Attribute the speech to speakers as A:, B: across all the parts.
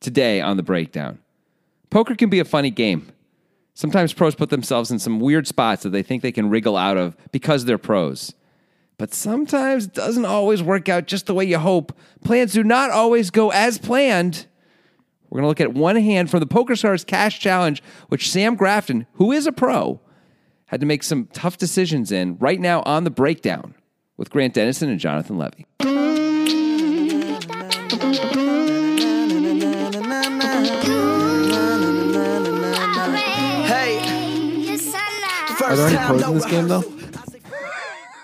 A: Today on the breakdown, poker can be a funny game. Sometimes pros put themselves in some weird spots that they think they can wriggle out of because they're pros. But sometimes it doesn't always work out just the way you hope. Plans do not always go as planned. We're going to look at one hand from the Poker Stars Cash Challenge, which Sam Grafton, who is a pro, had to make some tough decisions in right now on the breakdown with Grant Dennison and Jonathan Levy.
B: Are there any pros in this game though?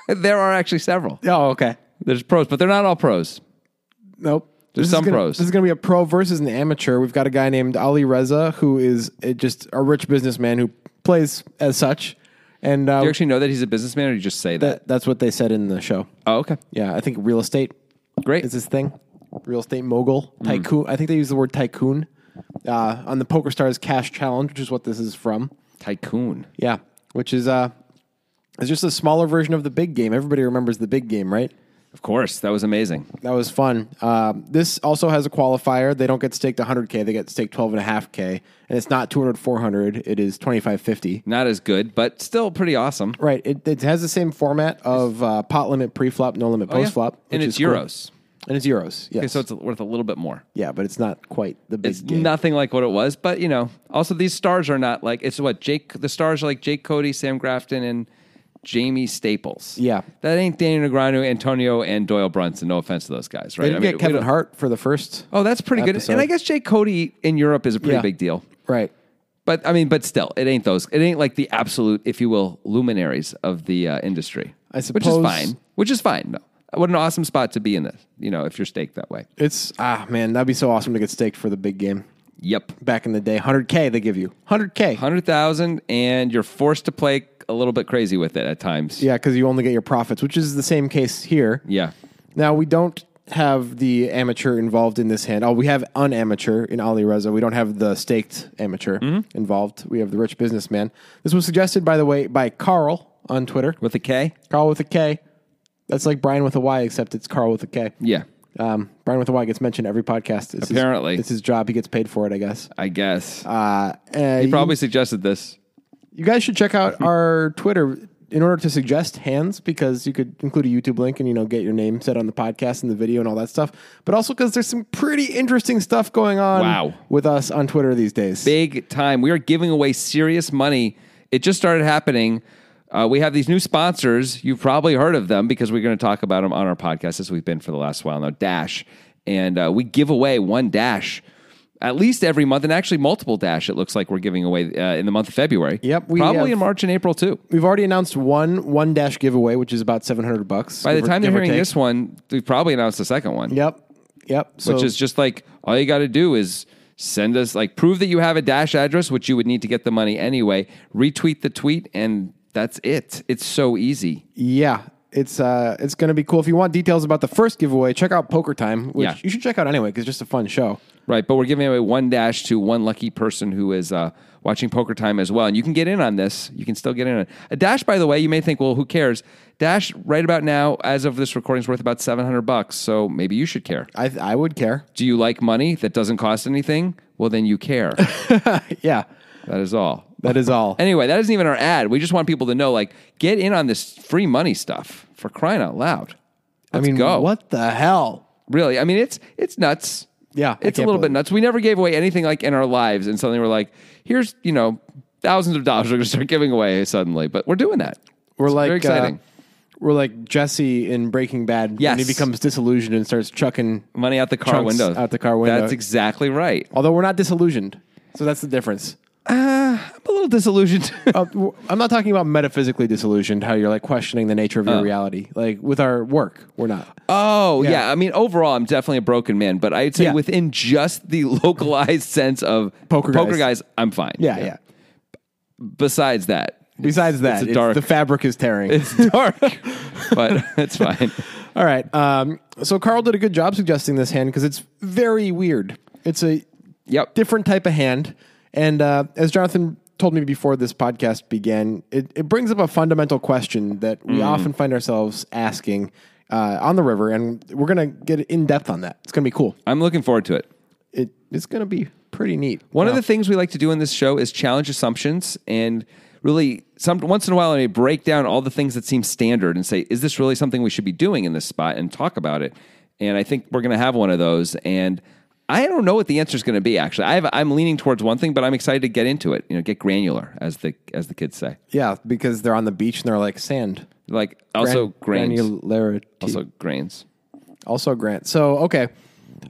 A: There are actually several.
B: Oh, okay.
A: There's pros, but they're not all pros.
B: Nope.
A: There's
B: This is
A: some
B: gonna-
A: pros.
B: This is going to be a pro versus an amateur. We've got a guy named Ali Reza who is uh, just a rich businessman who plays as such, and uh,
A: Do you actually know that he's a businessman, or do you just say that?
B: that, that's what they said in the show.
A: Oh, okay.
B: Yeah, I think real estate
A: Great.
B: is his thing. Real estate mogul
A: Hmm.
B: tycoon. I think they use the word tycoon uh, on the Poker Stars Cash Challenge, which is what this is from.
A: Tycoon.
B: Yeah, which is uh, it's just a smaller version of the big game. Everybody remembers the big game, right?
A: Of course. That was amazing.
B: That was fun. Um, this also has a qualifier. They don't get staked 100K. They get staked 12.5K. And it's not 200, 400. It is 2550.
A: Not as good, but still pretty awesome.
B: Right. It, it has the same format of uh, pot limit, pre-flop, no limit,
A: Oh, yeah.
B: post-flop.
A: And
B: which
A: it's
B: is cool.
A: euros.
B: And it's euros. Yes.
A: Okay, so it's worth a little bit more.
B: yeah, but it's not quite the big
A: It's
B: game.
A: nothing like what it was, but you know, also these stars are not like it's what Jake the stars are like Jake Cody, Sam Grafton, and Jamie Staples.
B: Yeah.
A: That ain't Danny Negreanu, Antonio, and Doyle Brunson. No offense to those guys, right?
B: they did
A: I mean,
B: get
A: we
B: Kevin
A: don't-
B: Hart for the first.
A: Oh, that's pretty good.
B: episode.
A: And I guess Jake Cody in Europe is a pretty
B: Yeah.
A: big deal.
B: Right.
A: But I mean, but still, it ain't those. It ain't like the absolute, if you will, luminaries of the uh, industry.
B: I
A: which is
B: suppose-
A: fine. Which is fine. No, what an awesome spot to be in this. You know, if you're staked that way.
B: It's, ah, man, that'd be so awesome to get staked for the big game.
A: Yep,
B: Back in the day, 100K they give you. 100K.
A: hundred thousand, and you're forced to play a little bit crazy with it at times.
B: Yeah, because you only get your profits, which is the same case here.
A: Yeah.
B: Now we don't have the amateur involved in this hand. Oh, we have an amateur in Ali Reza. We don't have the staked amateur
A: Mm-hmm.
B: involved. We have the rich businessman. This was suggested, by the way, by Carl on Twitter.
A: With a K.
B: Carl with a K. That's like Brian with a Y, except it's Carl with a K.
A: Yeah,
B: Um, Brian with a Y gets mentioned every podcast. It's
A: Apparently.
B: his, it's his job. He gets paid for it, I guess.
A: I guess.
B: Uh, uh,
A: he
B: you-
A: probably suggested this.
B: you guys should check
A: Mm-hmm.
B: out our Twitter in order to suggest hands because you could include a YouTube link and you know get your name said on the podcast and the video and all that stuff. But also because there's some pretty interesting stuff going on
A: Wow.
B: with us on Twitter these days.
A: big time. We are giving away serious money. It just started happening. Uh, we have these new sponsors. You've probably heard of them because we're going to talk about them on our podcast as we've been for the last while now. Dash, and uh, we give away one dash at least every month, and actually multiple dash. It looks like we're giving away uh, in the month of February.
B: Yep, we
A: probably
B: have-
A: in March and April too.
B: We've already announced one one dash giveaway, which is about seven hundred bucks.
A: By the
B: give or-
A: time
B: give
A: you're
B: or
A: hearing
B: take.
A: this one, we've probably announced the second one.
B: yep, yep. So
A: which is just like all you got to do is send us like prove that you have a dash address which you would need to get the money anyway retweet the tweet and that's it it's so easy
B: yeah. It's uh, it's gonna be cool. If you want details about the first giveaway, check out Poker Time, which
A: Yeah.
B: you should check out anyway because it's just a fun show.
A: right but we're giving away one dash to one lucky person who is uh, watching poker time as well and you can get in on this you can still get in on it. a dash by the way you may think well who cares dash right about now as of this recording is worth about 700 bucks so maybe you should care
B: I I would care.
A: do you like money that doesn't cost anything well then you care
B: Yeah,
A: that is all
B: that is all.
A: Anyway, that isn't even our ad. We just want people to know, like, get in on this free money stuff for crying out loud.
B: I
A: Let's
B: mean,
A: go.
B: what the hell?
A: Really? I mean, it's it's nuts.
B: Yeah, I
A: it's a
B: can't
A: little bit
B: believe it.
A: nuts. We never gave away anything like in our lives, and suddenly we're like, here's you know thousands of dollars we're going to start giving away suddenly, but we're doing that.
B: We're
A: It's
B: like
A: very exciting.
B: Uh, we're like Jesse in Breaking Bad
A: Yes.
B: when he becomes disillusioned and starts chucking.
A: money out the car
B: chunks
A: window.
B: out the car window.
A: That's exactly right.
B: Although we're not disillusioned, so that's the difference.
A: I'm a little disillusioned.
B: Uh, w- I'm not talking about metaphysically disillusioned, how you're like questioning the nature of your reality. Like with our work, we're not.
A: Oh yeah. I mean, overall, I'm definitely a broken man, but I'd say
B: Yeah.
A: within just the localized sense of
B: Poker
A: poker guys,
B: guys.
A: I'm fine.
B: yeah, yeah.
A: Besides that,
B: Besides that,
A: a
B: it's-
A: dark-
B: the fabric is tearing.
A: it's dark, but it's fine.
B: All right. Um, so Carl did a good job suggesting this hand because it's very weird. It's a
A: Yep.
B: different type of hand. And uh, as Jonathan told me before this podcast began, it, it brings up a fundamental question that
A: Mm.
B: we often find ourselves asking uh, on the river. And we're going to get in depth on that. It's going to be cool.
A: I'm looking forward to it.
B: it it's going to be pretty neat.
A: One of the things we like to do in this show is challenge assumptions and really some once in a while I may break down all the things that seem standard and say, is this really something we should be doing in this spot and talk about it? And I think we're gonna have one of those. And I don't know what the answer is gonna be actually. I have, I'm leaning towards one thing, but I'm excited to get into it, you know, get granular as the as the kids say.
B: yeah, because they're on the beach and they're like sand.
A: Like also
B: Gran-
A: grains.
B: granularity.
A: also grains.
B: Also, Grant. So, okay.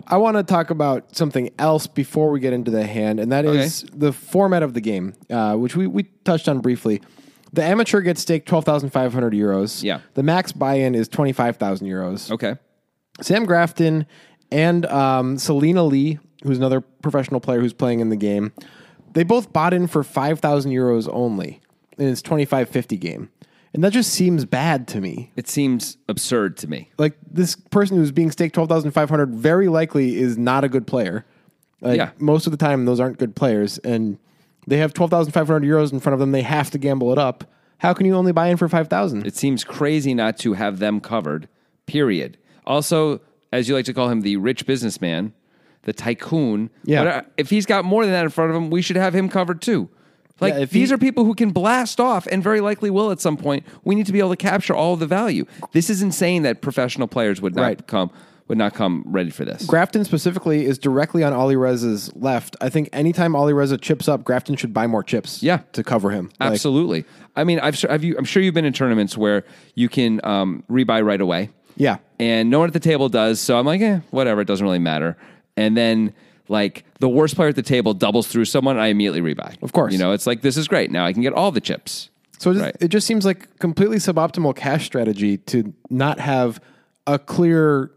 B: I want to talk about something else before we get into the hand, and that is the format of the game, uh, which we, we touched on briefly. The amateur gets staked 12,500 euros.
A: Yeah.
B: The max buy in is 25,000 euros.
A: Okay.
B: Sam Grafton and um, Selena Lee, who's another professional player who's playing in the game, they both bought in for 5,000 euros only, and it's 25.50 game. And that just seems bad to me
A: It seems absurd to me.
B: like this person who's being staked 12,500 very likely is not a good player. Like,
A: Yeah.
B: Most of the time, those aren't good players. And they have 12,500 euros in front of them. They have to gamble it up. How can you only buy in for 5,000?
A: It seems crazy not to have them covered, period. Also, as you like to call him, the rich businessman, the tycoon.
B: Yeah.
A: But, uh, if he's got more than that in front of him, we should have him covered too. Like,
B: Yeah, if
A: these
B: he-
A: are people who can blast off and very likely will at some point. We need to be able to capture all of the value. This is insane that professional players would not
B: Right.
A: come would not come ready for this.
B: Grafton specifically is directly on Ali Reza's left. I think anytime Ali Reza chips up, Grafton should buy more chips
A: Yeah.
B: to cover him. Like,
A: Absolutely. I mean, I've, have you, I'm sure you've been in tournaments where you can um, rebuy right away.
B: Yeah.
A: And no one at the table does. So I'm like, eh, whatever. It doesn't really matter. And then, like, the worst player at the table doubles through someone, I immediately rebuy.
B: Of course.
A: You know, it's like, this is great. Now I can get all the chips.
B: So it just,
A: Right.
B: it just seems like completely suboptimal cash strategy to not have a clear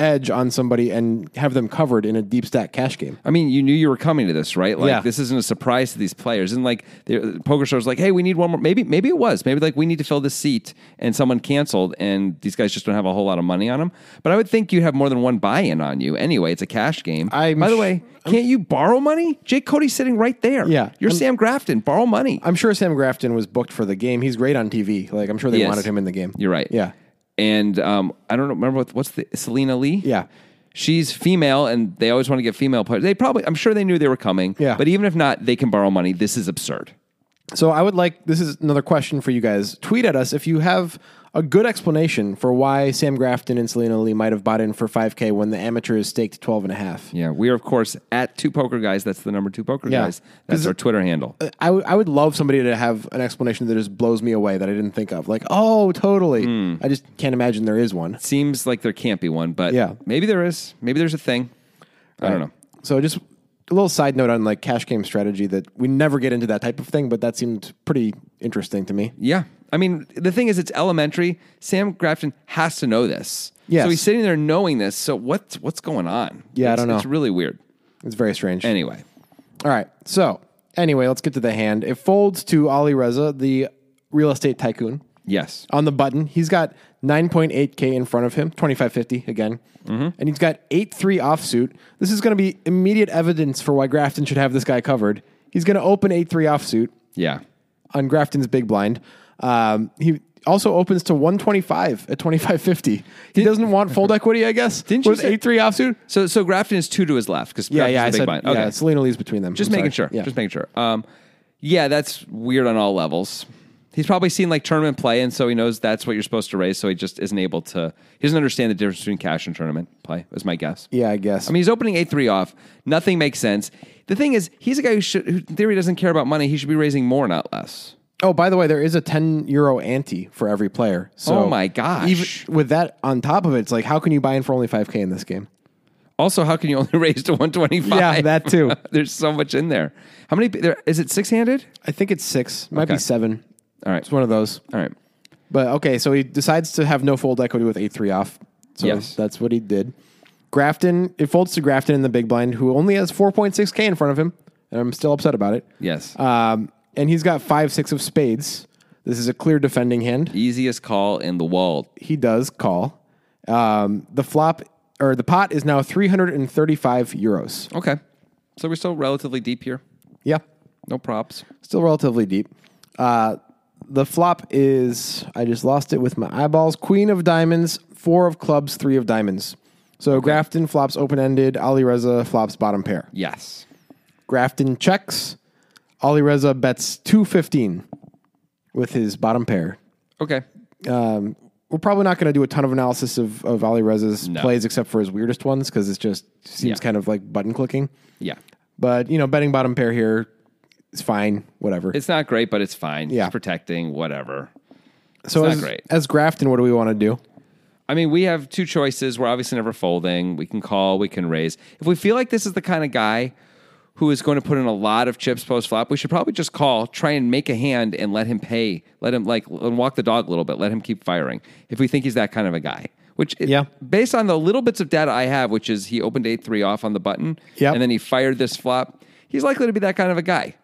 B: edge on somebody and have them covered in a deep stack cash game.
A: I mean, you knew you were coming to this, right? Like,
B: Yeah.
A: this isn't a surprise to these players. And like, the poker stars, like, hey, we need one more. Maybe, maybe it was. Maybe like we need to fill this seat, and someone canceled, and these guys just don't have a whole lot of money on them. But I would think you have more than one buy-in on you anyway. It's a cash game.
B: I'm
A: By the
B: sh-
A: way, can't you borrow money? Jake Cody's sitting right there.
B: Yeah.
A: you're
B: I'm-
A: Sam Grafton. Borrow money.
B: I'm sure Sam Grafton was booked for the game. He's great on TV. Like I'm sure they
A: Yes.
B: wanted him in the game.
A: You're right.
B: Yeah.
A: And um, I don't remember what, what's the Selena Lee.
B: Yeah.
A: She's female, and they always want to get female players. They probably, I'm sure they knew they were coming.
B: Yeah.
A: But even if not, they can borrow money. This is absurd.
B: So I would like this is another question for you guys. Tweet at us if you have a good explanation for why Sam Grafton and Selena Lee might have bought in for 5K when the amateur is staked 12 and a half.
A: Yeah, we are of course at Two Poker Guys. That's the number Two Poker
B: Yeah. uh,
A: Guys. That's our Twitter handle.
B: I, w- I would love somebody to have an explanation that just blows me away that I didn't think of. Like, oh, totally.
A: Hmm.
B: I just can't imagine there is one.
A: Seems like there can't be one, but
B: Yeah.
A: maybe there is. Maybe there's a thing. I don't know.
B: So just a little side note on like cash game strategy that we never get into that type of thing, but that seemed pretty interesting to me.
A: Yeah, I mean the thing is, it's elementary. Sam Grafton has to know this.
B: Yes.
A: So he's sitting there knowing this. So what's what's going on?
B: Yeah, I
A: It's-
B: don't know.
A: It's really weird.
B: It's very strange.
A: Anyway,
B: All right. So anyway, let's get to the hand. It folds to Ali Reza, the real estate tycoon.
A: yes,
B: On the button, he's got 9.8K in front of him, 2550 again.
A: Mm-hmm.
B: And he's got 8-3 offsuit. This is going to be immediate evidence for why Grafton should have this guy covered. He's going to open 8-3 offsuit
A: yeah,
B: on Grafton's big blind. Um, he also opens to 125 at 2550. He doesn't want fold equity, I guess.
A: Didn't you
B: with
A: say-
B: 8-3 offsuit?
A: So so Grafton is two to his left because
B: Yeah, yeah, I said,
A: blind.
B: yeah, Selena Lee's between them.
A: Just
B: I'm
A: making
B: sorry.
A: sure. Just making sure. Um, yeah, that's weird on all levels. He's probably seen like tournament play, and so he knows that's what you're supposed to raise. So he just isn't able to. He doesn't understand the difference between cash and tournament play. Is my guess.
B: Yeah, I guess.
A: I mean, he's opening a three off. Nothing makes sense. The thing is, he's a guy who should, who in theory doesn't care about money. He should be raising more, not less.
B: Oh, by the way, there is a 10 euro ante for every player. So
A: Oh my gosh.
B: Even with that on top of it, it's like how can you buy in for only 5k in this game?
A: Also, how can you only raise to 125?
B: Yeah, that too.
A: There's so much in there. How many? There is it six handed?
B: I think it's 6, might
A: Okay.
B: be 7.
A: All right.
B: It's one of those.
A: All right.
B: But okay, so he decides to have no fold equity with 8-3 off. So
A: Yes.
B: that's what he did. Grafton, it folds to Grafton in the big blind who only has 4.6k in front of him, and I'm still upset about it.
A: Yes.
B: Um, and he's got 5 6 of spades. This is a clear defending hand.
A: Easiest call in the world.
B: he does call. Um, the flop or the pot is now 335 euros.
A: Okay. So we're still relatively deep here.
B: Yeah,
A: No props.
B: still relatively deep. Uh, the flop is I just lost it with my eyeballs. Queen of diamonds, four of clubs, three of diamonds. So Grafton flops open ended. Ali Reza flops bottom pair.
A: Yes.
B: Grafton checks. Ali Reza bets 215 with his bottom pair.
A: Okay.
B: We're probably not going to do a ton of analysis of, of Ali Reza's
A: No.
B: plays except for his weirdest ones because it just seems
A: Yeah.
B: kind of like button clicking.
A: Yeah.
B: But, you know, betting bottom pair here is fine, whatever.
A: It's not great, but it's fine.
B: Yeah.
A: It's protecting, whatever.
B: so
A: not
B: as,
A: great.
B: as Grafton, what do we want to do?
A: I mean, we have two choices. We're obviously never folding. We can call, we can raise. If we feel like this is the kind of guy who is going to put in a lot of chips post flop, we should probably just call, try and make a hand and let him pay, let him like let him walk the dog a little bit, let him keep firing. If we think he's that kind of a guy, which it-
B: Yeah.
A: based on the little bits of data I have, which is he opened 8-3 off on the button
B: Yep.
A: and then he fired this flop, he's likely to be that kind of a guy.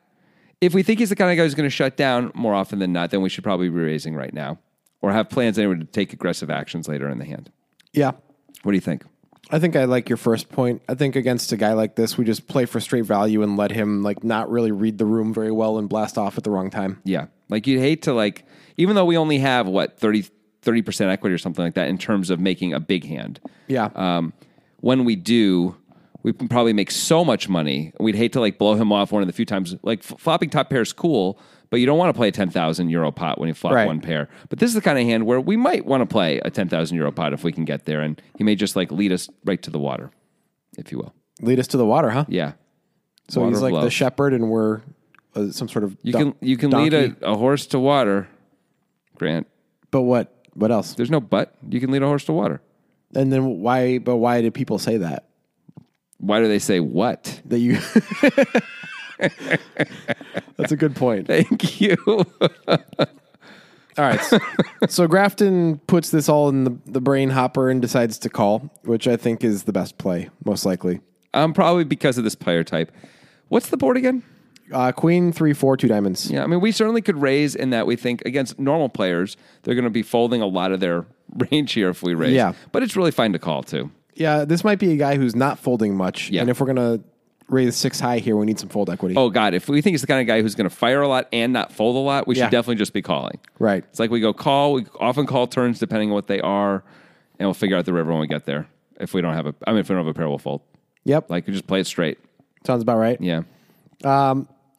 A: If we think he's the kind of guy who's going to shut down more often than not, then we should probably be raising right now or have plans anyway to take aggressive actions later in the hand.
B: Yeah.
A: What do you think?
B: I think I like your first point. I think against a guy like this, we just play for straight value and let him like not really read the room very well and blast off at the wrong time.
A: Yeah. Like you'd hate to like even though we only have what 30 percent equity or something like that in terms of making a big hand.
B: Yeah.
A: Um when we do, we can probably make so much money. We'd hate to like blow him off one of the few times. Like f- flopping top pair is cool, but you don't want to play a 10,000 euro pot when you flop
B: Right.
A: one pair. But this is the kind of hand where we might want to play a 10,000 euro pot if we can get there and he may just like lead us right to the water, if you will.
B: Lead us to the water, huh?
A: Yeah.
B: so
A: water
B: he's
A: of
B: like the
A: love.
B: shepherd, and we're uh, some sort of
A: You can you can lead a, a horse to water, Grant.
B: But what? What else?
A: There's no but. You can lead a horse to water.
B: And then why? But why do people say that?
A: Why do they say what?
B: That you. That's a good point.
A: Thank you.
B: All right. So, so Grafton puts this all in the, the brain hopper and decides to call, which I think is the best play, most likely.
A: um, probably because of this player type. What's the board again?
B: Uh, queen, three, four, two diamonds.
A: Yeah, I mean, we certainly could raise in that we think against normal players, they're going to be folding a lot of their range here if we raise.
B: Yeah.
A: But it's really fine to call, too.
B: Yeah, this might be a guy who's not folding much.
A: Yeah.
B: And if we're gonna raise six high here, we need some fold equity.
A: Oh, God. If we think he's the kind of guy who's going to fire a lot and not fold a lot, we
B: Yeah.
A: should definitely just be calling.
B: Right.
A: It's like we go call. We often call turns depending on what they are, and we'll figure out the river when we get there. If we don't have a, I mean, if we don't have a pair, we'll fold.
B: Yep.
A: Like we just play it straight.
B: Sounds about right.
A: Yeah.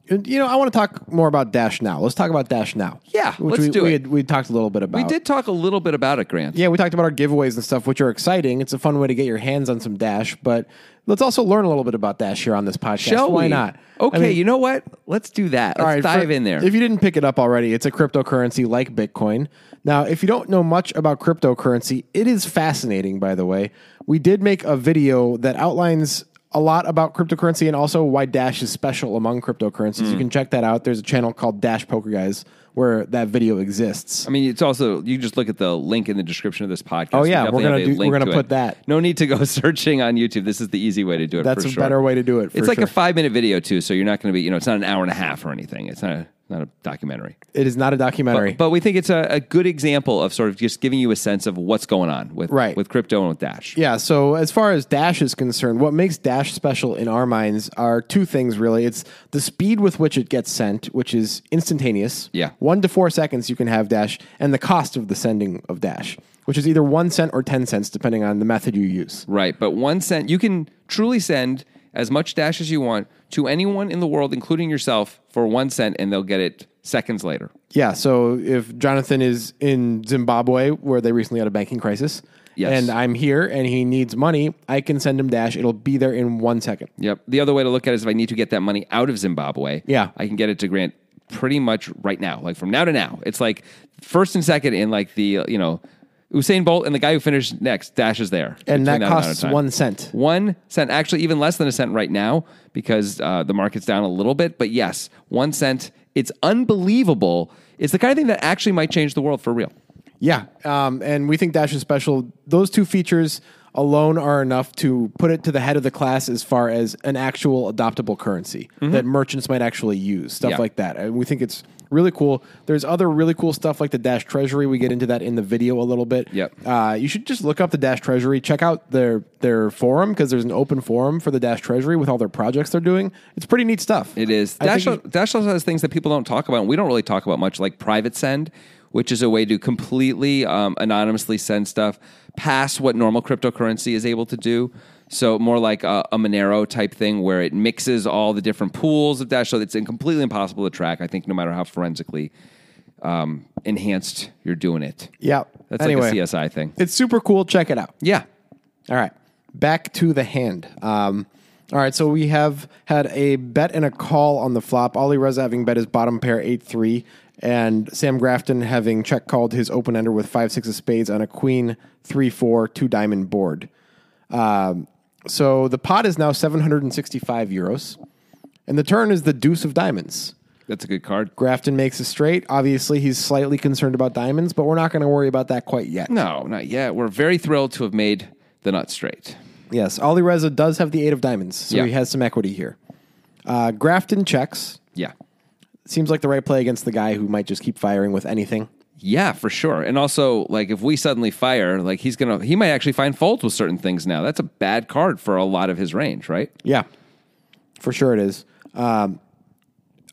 B: And, you know, I want to talk more about dash now. Let's talk about dash now.
A: Yeah,
B: Which
A: let's
B: we,
A: do
B: we
A: it.
B: Had, we talked a little bit about.
A: We did talk a little bit about it, Grant.
B: Yeah, we talked about our giveaways and stuff, which are exciting. It's a fun way to get your hands on some dash, but let's also learn a little bit about dash here on this podcast.
A: Shall
B: Why
A: we?
B: not?
A: Okay,
B: I mean,
A: you know what? Let's do that. Let's
B: All right,
A: dive
B: for-
A: in there.
B: If you didn't pick it up already, it's a cryptocurrency like Bitcoin. Now, if you don't know much about cryptocurrency, it is fascinating, by the way. We did make a video that outlines a lot about cryptocurrency and also why Dash is special among cryptocurrencies.
A: Hmm.
B: You can check that out. There's a channel called Dash Poker Guys where that video exists.
A: I mean, it's also you just look at the link in the description of this podcast.
B: Oh, yeah, we're gonna do- we're gonna
A: going
B: put that.
A: No need to go searching on YouTube. This is the easy way to do it.
B: That's
A: for
B: a
A: sure.
B: better way to do it. For
A: It's like
B: sure.
A: a five minute video too, so you're not going to be you know it's not an hour and a half or anything. It's not a, not a documentary.
B: it is not a documentary.
A: But we think it's a, a good example of sort of just giving you a sense of what's going on with
B: Right.
A: with crypto and with Dash.
B: Yeah, so as far as Dash is concerned, what makes Dash special in our minds are two things really. It's the speed with which it gets sent, which is instantaneous.
A: Yeah.
B: One to four seconds you can have Dash, and the cost of the sending of Dash, which is either one cent or 10 cents, depending on the method you use.
A: Right. But one cent, you can truly send as much Dash as you want to anyone in the world, including yourself, for one cent, and they'll get it seconds later.
B: Yeah, so if Jonathan is in Zimbabwe, where they recently had a banking crisis,
A: Yes.
B: and I'm here and he needs money, I can send him Dash. It'll be there in one second.
A: Yep. The other way to look at it is if I need to get that money out of Zimbabwe,
B: Yeah.
A: I can get it to Grant pretty much right now, like from now to now. It's like first and second in like the, you know, Usain Bolt and the guy who finished next, Dash is there. between
B: And that
A: amount of
B: costs
A: time.
B: one cent.
A: One cent, actually, even less than a cent right now because uh, the market's down a little bit. But yes, one cent, it's unbelievable. It's the kind of thing that actually might change the world for real.
B: Yeah, um, and we think Dash is special. Those two features alone are enough to put it to the head of the class as far as an actual adoptable currency that merchants might actually use, stuff
A: Mm-hmm. Yeah.
B: like that. And we think it's really cool. There's other really cool stuff like the Dash Treasury. We get into that in the video a little bit.
A: Yep.
B: Uh, you should just look up the Dash Treasury. Check out their their forum because there's an open forum for the Dash Treasury with all their projects they're doing. It's pretty neat stuff.
A: It is.
B: I
A: Dash,
B: think
A: Dash also has things that people don't talk about, and we don't really talk about much, like private send, which is a way to completely um, anonymously send stuff past what normal cryptocurrency is able to do. So more like a, a Monero type thing where it mixes all the different pools of Dash. So it's in- completely impossible to track. I think no matter how forensically um, enhanced you're doing it.
B: Yeah.
A: That's
B: anyway,
A: like a CSI thing.
B: It's super cool. Check it out.
A: Yeah.
B: All right. Back to the hand. Um, all right. So we have had a bet and a call on the flop. Ollie Reza having bet his bottom pair 8 3, and Sam Grafton having check called his open ender with 5 6 of spades on a queen 3 4 2 diamond board. Um, so the pot is now 765 euros, and the turn is the deuce of diamonds.
A: That's a good card.
B: Grafton makes a straight. Obviously, he's slightly concerned about diamonds, but we're not going to worry about that quite yet.
A: No, not yet. We're very thrilled to have made the nut straight.
B: Yes, Ali Reza does have the eight of diamonds, so
A: Yeah.
B: he has some equity here. Uh, Grafton checks.
A: Yeah.
B: Seems like the right play against the guy who might just keep firing with anything.
A: Yeah, for sure. And also, like, if we suddenly fire, like, he's gonna, he might actually find fault with certain things now. That's a bad card for a lot of his range, right?
B: Yeah, for sure it is. Um,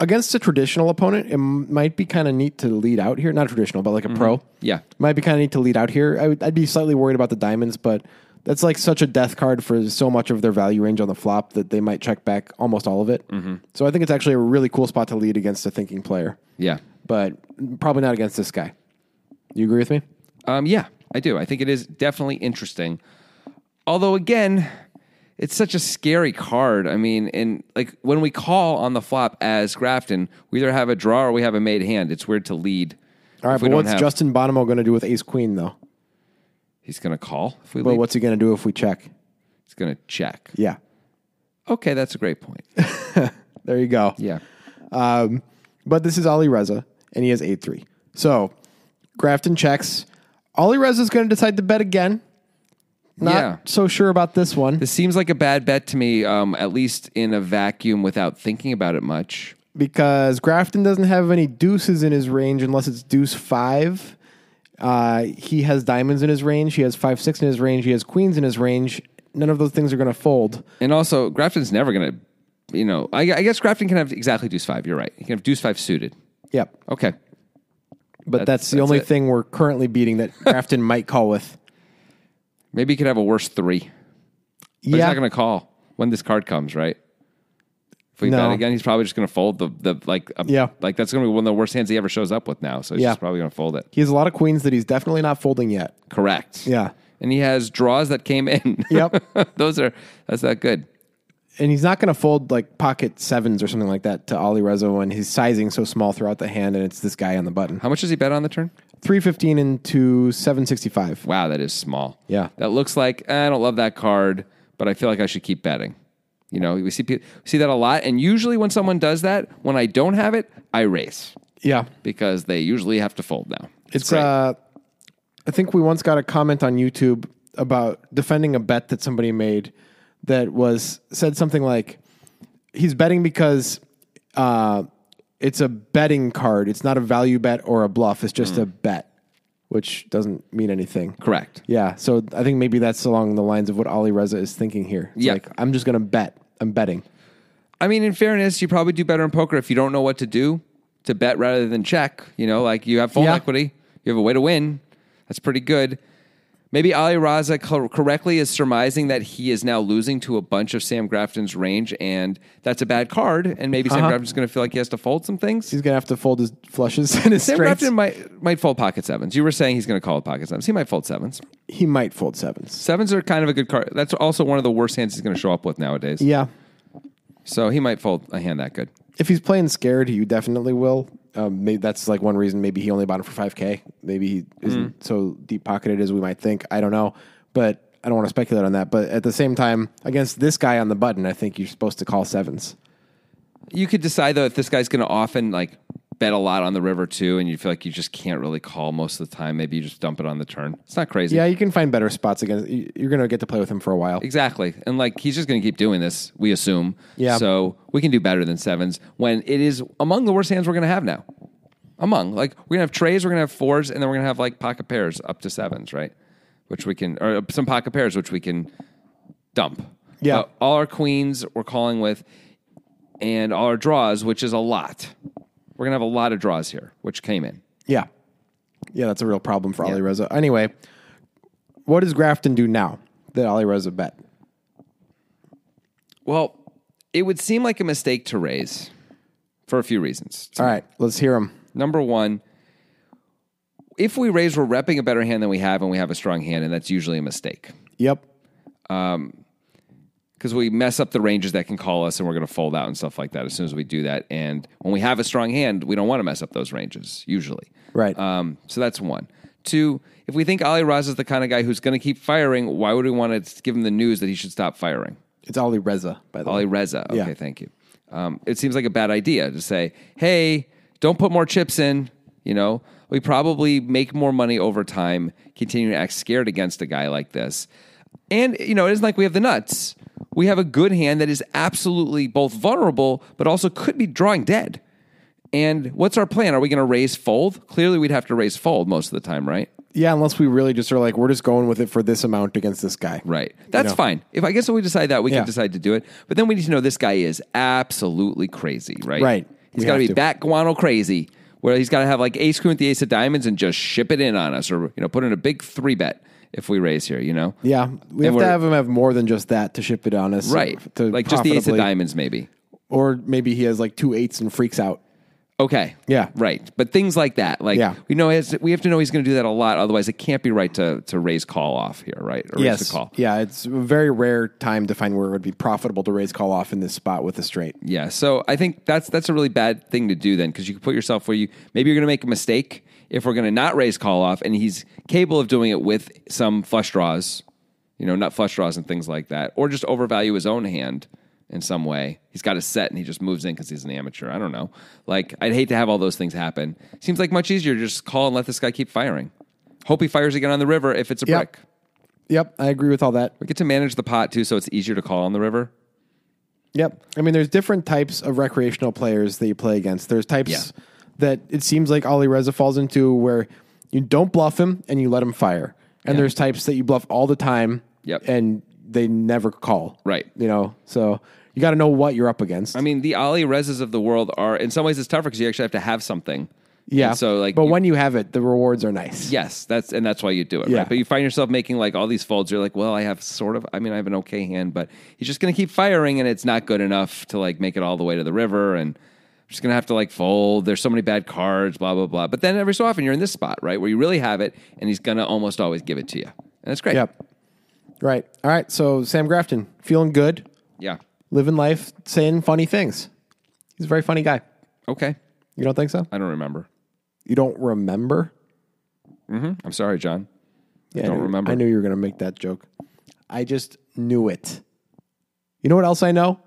B: against a traditional opponent, it m- might be kind of neat to lead out here. Not traditional, but like a pro.
A: Yeah.
B: might be kind of neat to lead out here. I would, I'd be slightly worried about the diamonds, but that's like such a death card for so much of their value range on the flop that they might check back almost all of it. Mm-hmm. So I think it's actually a really cool spot to lead against a thinking player.
A: Yeah.
B: but probably not against this guy. You agree with me?
A: Um, yeah, I do. I think it is definitely interesting. Although, again, it's such a scary card. I mean, and like when we call on the flop as Grafton, we either have a draw or we have a made hand. It's weird to lead.
B: All right,
A: if we
B: but
A: don't
B: what's
A: have-
B: Justin Bonomo going to do with Ace Queen though?
A: He's gonna call if we
B: But
A: lead.
B: what's he going to do if we check?
A: He's gonna check.
B: Yeah,
A: Okay, that's a great point.
B: there you go.
A: Yeah.
B: Um, but this is Ali Reza, and he has eight three. So Grafton checks. Ali Reza is going to decide to bet again. Not
A: Yeah.
B: so sure about this one
A: This seems like a bad bet to me, um, at least in a vacuum without thinking about it much.
B: because Grafton doesn't have any deuces in his range unless it's deuce five. Uh, he has diamonds in his range. He has five six in his range. He has queens in his range. None of those things are going to fold.
A: And also, Grafton's never going to, you know, I, I guess Grafton can have exactly deuce five. You're right. He can have deuce five suited.
B: Yep.
A: Okay.
B: But that's,
A: That's-
B: the
A: that's
B: only
A: it.
B: thing we're currently beating that Grafton might call with.
A: Maybe he could have a worse three. But he's
B: Yeah,
A: not going to call when this card comes, right? If we
B: No.
A: bet again, he's probably just going to fold the, the like, a,
B: Yeah.
A: like that's going to be one of the worst hands he ever shows up with now. So he's
B: Yeah.
A: just probably going to fold it.
B: he has a lot of queens that he's definitely not folding yet.
A: Correct.
B: Yeah.
A: And he has draws that came in.
B: Yep.
A: Those are, that's that good.
B: And he's not going to fold like pocket sevens or something like that to Ali Rezzo when he's sizing so small throughout the hand and it's this guy on the button.
A: How much does he bet on the turn?
B: 315 into 765.
A: Wow, that is small.
B: Yeah.
A: That looks like eh, I don't love that card, but I feel like I should keep betting. You know, we see people, we see that a lot, and usually when someone does that, when I don't have it, I race
B: Yeah.
A: because they usually have to fold now.
B: It's,
A: great.
B: uh I think we once got a comment on YouTube about defending a bet that somebody made that was said something like he's betting because uh it's a betting card. It's not a value bet or a bluff. It's
A: Hmm.
B: just a bet, which doesn't mean anything.
A: correct.
B: Yeah. So I think maybe that's along the lines of what Ali Reza is thinking here. It's
A: Yeah.
B: like I'm just gonna bet. I'm betting.
A: I mean, in fairness, you probably do better in poker if you don't know what to do to bet rather than check. You know, like you have full
B: Yeah.
A: equity, you have a way to win. That's pretty good. Maybe Ali Raza cor- correctly is surmising that he is now losing to a bunch of Sam Grafton's range, and that's a bad card. And maybe Sam Grafton's going to feel like he has to fold some things.
B: Uh-huh. He's gonna have to fold his flushes and his
A: Sam
B: straights.
A: Grafton might might fold pocket sevens. You were saying he's going to call it pocket sevens. He might fold sevens.
B: He might fold sevens.
A: Sevens are kind of a good card. That's also one of the worst hands he's going to show up with nowadays.
B: Yeah.
A: So he might fold a hand that good.
B: If he's playing scared, you definitely will. Um, maybe that's like one reason. Maybe he only bought him for five k. Maybe he isn't so deep pocketed as we might think. I don't know, but I don't want to speculate on that. But at the same time, against this guy on the button, I think you're supposed to call sevens.
A: You could decide though if this guy's going to often like bet a lot on the river too, and you feel like you just can't really call most of the time. Maybe you just dump it on the turn. It's not crazy.
B: Yeah, you can find better spots against. you- You're gonna get to play with him for a while.
A: Exactly. And like he's just going to keep doing this, we assume.
B: Yeah.
A: So we can do better than sevens when it is among the worst hands we're going to have now. Among like we're going to have trays, we're going to have fours, and then we're going to have like pocket pairs up to sevens, right? Which we can or uh, some pocket pairs which we can dump.
B: Yeah.
A: But all our queens we're calling with, and all our draws, which is a lot. We're going to have a lot of draws here, which came in.
B: Yeah. Yeah, that's a real problem for Ali Reza. Anyway, what does Grafton do now that Ali Reza bet?
A: Well, it would seem like a mistake to raise for a few reasons.
B: All right, let's hear him.
A: Number one, if we raise, we're repping a better hand than we have, and we have a strong hand, and that's usually a mistake
B: Yep.
A: because we mess up the ranges that can call us, and we're going to fold out and stuff like that as soon as we do that. And when we have a strong hand, we don't want to mess up those ranges usually.
B: Right.
A: Um, so that's one. Two, if we think Ali Raz is the kind of guy who's going to keep firing, why would we want to give him the news that he should stop firing?
B: It's Ali Reza, by the way.
A: Ali Reza. Okay,
B: Yeah.
A: thank you. Um, it seems like a bad idea to say, hey, don't put more chips in. You know, we probably make more money over time continuing to act scared against a guy like this. And, you know, it isn't like we have the nuts. We have a good hand that is absolutely both vulnerable, but also could be drawing dead. And what's our plan? Are we going to raise fold? Clearly, we'd have to raise fold most of the time, right?
B: Yeah, unless we really just are like, we're just going with it for this amount against this guy.
A: Right. That's
B: know?
A: fine. If I guess if we decide that, we
B: Yeah.
A: can decide to do it. But then we need to know this guy is absolutely crazy, right?
B: Right.
A: He's
B: We
A: got to
B: have
A: be
B: to.
A: back guano crazy, where he's got to have like ace queen with the ace of diamonds and just ship it in on us, or you know, put in a big three bet if we raise here. You know.
B: Yeah, we have to
A: we're-
B: have him have more than just that to ship it on us.
A: Right.
B: To
A: like just the ace of
B: profitably-
A: diamonds, maybe.
B: Or maybe he has like two eights and freaks out.
A: Okay.
B: Yeah.
A: Right. But things like that, like
B: Yeah.
A: we know, it's- we have to know he's going to do that a lot. Otherwise, it can't be right to to raise call off here, right? Or raise the call.
B: Yeah, it's a very rare time to find where it would be profitable to raise call off in this spot with a straight.
A: Yeah, so I think that's that's a really bad thing to do then because you can put yourself where you maybe you're going to make a mistake if we're going to not raise call off, and he's capable of doing it with some flush draws, you know, not flush draws and things like that, or just overvalue his own hand in some way. He's got a set and he just moves in because he's an amateur. I don't know. Like I'd hate to have all those things happen. Seems like much easier to just call and let this guy keep firing. Hope he fires again on the river if it's a
B: Yep.
A: brick.
B: Yep, I agree with all that.
A: We get to manage the pot too, so it's easier to call on the river.
B: Yep. I mean, there's different types of recreational players that you play against. There's types
A: Yeah.
B: that it seems like Ali Reza falls into where you don't bluff him and you let him fire. And
A: Yeah.
B: there's types that you bluff all the time
A: Yep.
B: and they never call.
A: Right.
B: You know, so you got to know what you're up against.
A: I mean, the Ali Rezes of the world are, in some ways, it's tougher because you actually have to have something.
B: yeah.
A: And so, like,
B: but
A: you-
B: when you have it, the rewards are nice.
A: yes, that's and that's why you do it.
B: Yeah.
A: Right? But you find yourself making like all these folds. You're like, well, I have sort of. I mean, I have an okay hand, but he's just going to keep firing, and it's not good enough to like make it all the way to the river, and I'm just going to have to like fold. There's so many bad cards, blah blah blah. But then every so often, you're in this spot, right, where you really have it, and he's going to almost always give it to you, and that's great.
B: Yep. Right. All right. So Sam Grafton, feeling good,
A: Yeah.
B: living life, saying funny things. He's a very funny guy.
A: Okay.
B: You don't think so?
A: I don't remember.
B: You don't remember?
A: I'm sorry, John.
B: Yeah,
A: don't
B: knew-
A: remember.
B: I knew you were going to make that joke. I just knew it. You know what else I know?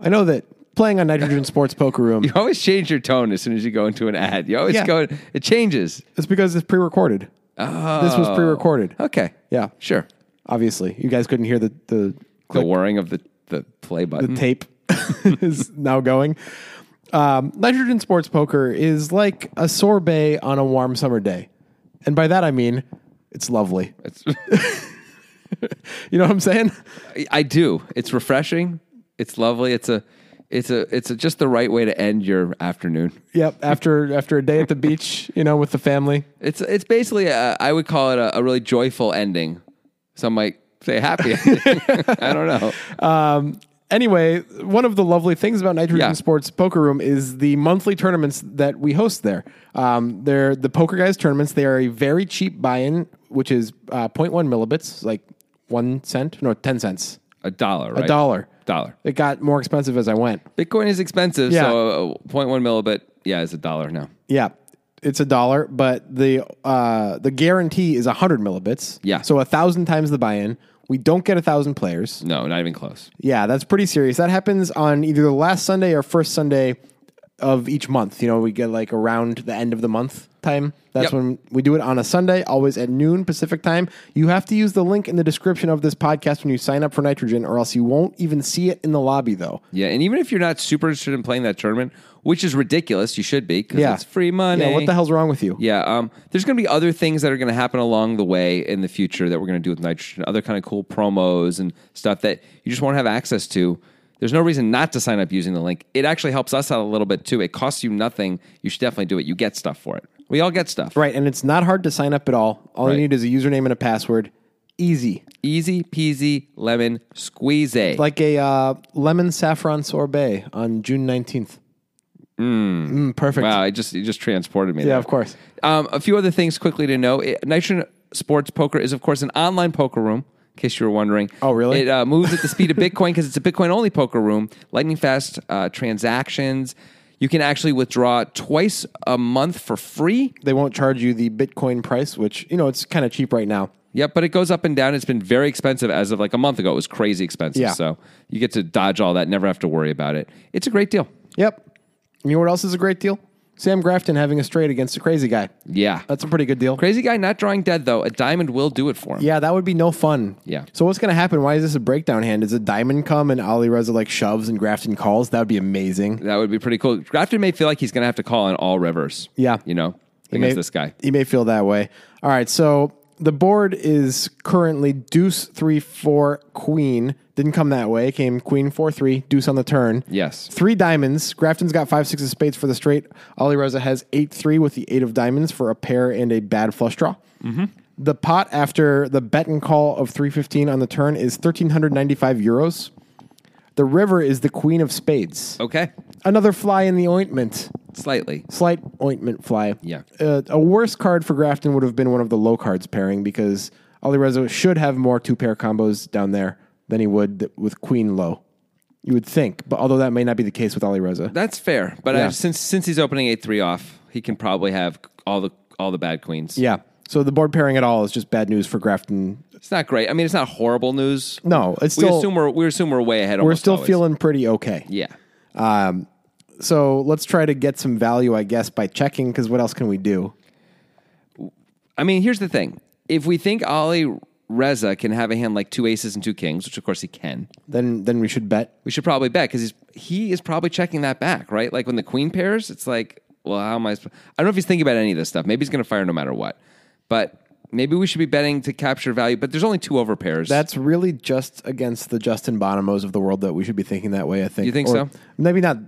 B: I know that playing on Nitrogen Sports Poker Room
A: You always change your tone as soon as you go into an ad. You always
B: Yeah.
A: go. It changes.
B: is because it's pre-recorded. This
A: Oh.
B: was pre-recorded.
A: Okay.
B: Yeah,
A: Sure.
B: obviously. You guys couldn't hear the the
A: The whirring of the, the play button.
B: tape
A: Mm.
B: is now going. Um, nitrogen sports poker is like a sorbet on a warm summer day, and by that I mean it's lovely.
A: It's-
B: You know what I'm saying?
A: I do. It's refreshing. It's lovely. It's a it's a it's a, just the right way to end your afternoon.
B: yep. After after a day at the beach, you know, with the family.
A: It's it's basically a, I would call it a, a really joyful ending. Some might say happy. ending. I don't know.
B: Anyway, one of the lovely things about Nitrogen
A: Yeah.
B: Sports Poker Room is the monthly tournaments that we host there. Um, they're the Poker Guys tournaments. They are a very cheap buy-in, which is uh, 0.1 millibits, like one cent, no, ten cents,
A: A dollar. Right?
B: a dollar.
A: Dollar.
B: It got more expensive as I went.
A: Bitcoin is expensive.
B: Yeah.
A: So uh, 0.1 millibit. Yeah, is a dollar now.
B: Yeah, it's a dollar, but the uh, the guarantee is hundred millibits.
A: Yeah.
B: so a thousand times the buy-in. We don't get a thousand players.
A: No, not even close.
B: Yeah, that's pretty serious. That happens on either the last Sunday or first Sunday of each month. You know, we get like around the end of the month time.
A: Yep.
B: That's when we do it on a Sunday, always at noon Pacific time. You have to use the link in the description of this podcast when you sign up for Nitrogen, or else you won't even see it in the lobby, though.
A: Yeah, and even if you're not super interested in playing that tournament, which is ridiculous, you should be because
B: Yeah.
A: it's free money.
B: Yeah, what the hell's wrong with you?
A: Yeah, um, there's going to be other things that are going to happen along the way in the future that we're going to do with nitrogen, other kind of cool promos and stuff that you just won't have access to. There's no reason not to sign up using the link. It actually helps us out a little bit too. It costs you nothing. You should definitely do it. You get stuff for it. We all get stuff.
B: Right, and it's not hard to sign up at all. All
A: Right.
B: you need is a username and a password. Easy.
A: Easy peasy lemon squeeze.
B: Like a uh, lemon saffron sorbet on June 19th. Mm. perfect.
A: Hmm. Wow, it just it just transported me.
B: Yeah,
A: there.
B: of course.
A: Um, a few other things quickly to know. It, Nitro Sports Poker is, of course, an online poker room. In case you were wondering.
B: Oh, really?
A: It uh, moves at the speed of Bitcoin because it's a Bitcoin only poker room. Lightning fast uh, transactions. You can actually withdraw twice a month for free.
B: They won't charge you the Bitcoin price, which, you know, it's kind of cheap right now.
A: Yep, but it goes up and down. It's been very expensive as of like a month ago. It was crazy expensive.
B: Yeah.
A: So you get to dodge all that, never have to worry about it. It's a great deal.
B: Yep. You know what else is a great deal? Sam Grafton having a straight against a crazy guy.
A: Yeah.
B: That's a pretty good deal.
A: Crazy guy not drawing dead, though. A diamond will do it for him.
B: Yeah, that would be no fun.
A: Yeah.
B: So what's going to happen? Why is this a breakdown hand? Is a diamond come and Ali Reza like shoves and Grafton calls? That would be amazing.
A: That would be pretty cool. Grafton may feel like he's going to have to call on all rivers.
B: Yeah.
A: You know,
B: You
A: against
B: may-
A: this guy.
B: You may feel that way. All right, so the board is currently deuce three four queen. Didn't come that way. It came queen four three deuce on the turn.
A: Yes.
B: Three diamonds. Grafton's got five six of spades for the straight. Ali Reza has eight three with the eight of diamonds for a pair and a bad flush draw. Mm-hmm. The pot after the bet and call of three fifteen on the turn is thirteen hundred ninety five euros. The river is the queen of spades.
A: Okay.
B: Another fly in the ointment
A: Slightly.
B: slight ointment fly.
A: Yeah.
B: Uh, a worse card for Grafton would have been one of the low cards pairing because Ali Rezo should have more two pair combos down there than he would th- with Queen low. You would think, but although that may not be the case with Ali Reza.
A: That's fair. But I,
B: Yeah.
A: since since he's opening 8 3 off, he can probably have all the all the bad queens.
B: yeah. So the board pairing at all is just bad news for Grafton.
A: It's not great. I mean, it's not horrible news.
B: No, it's
A: We
B: still
A: assume we're we assume we're way ahead
B: we're
A: almost
B: still
A: always.
B: feeling pretty okay.
A: Yeah.
B: So let's try to get some value, I guess, by checking because what else can we do?
A: I mean, here's the thing. If we think Ali Reza can have a hand like two aces and two kings, which of course he can,
B: Then then we should bet.
A: we should probably bet because he's he is probably checking that back, right? Like when the queen pairs, it's like, well, how am I? Sp- I don't know if he's thinking about any of this stuff. Maybe he's going to fire no matter what, but maybe we should be betting to capture value. But there's only two over pairs.
B: That's really just against the Justin Bonemos of the world that we should be thinking that way. I think.
A: You think so?
B: Maybe not.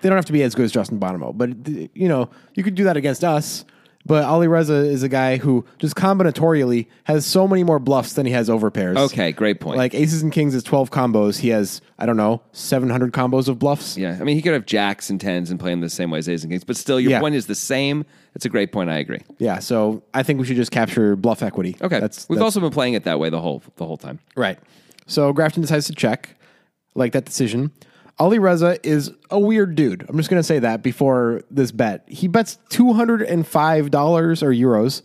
B: They don't have to be as good as Justin Bonomo, but th- you know you could do that against us. But Ali Reza is a guy who just combinatorially has so many more bluffs than he has overpairs.
A: okay. Great point.
B: Like aces and kings is twelve combos. He has I don't know seven hundred combos of bluffs.
A: yeah, I mean, he could have jacks and tens and play them the same way as aces and kings, but still, your
B: Yeah.
A: point is the same. That's a great point. I agree.
B: Yeah, So I think we should just capture bluff equity.
A: Okay,
B: That's
A: we've
B: that's-
A: also been playing it that way the whole the whole time.
B: Right. So Grafton decides to check, like that decision. Ali Reza is a weird dude. I'm just going to say that before this bet. He bets $205 or euros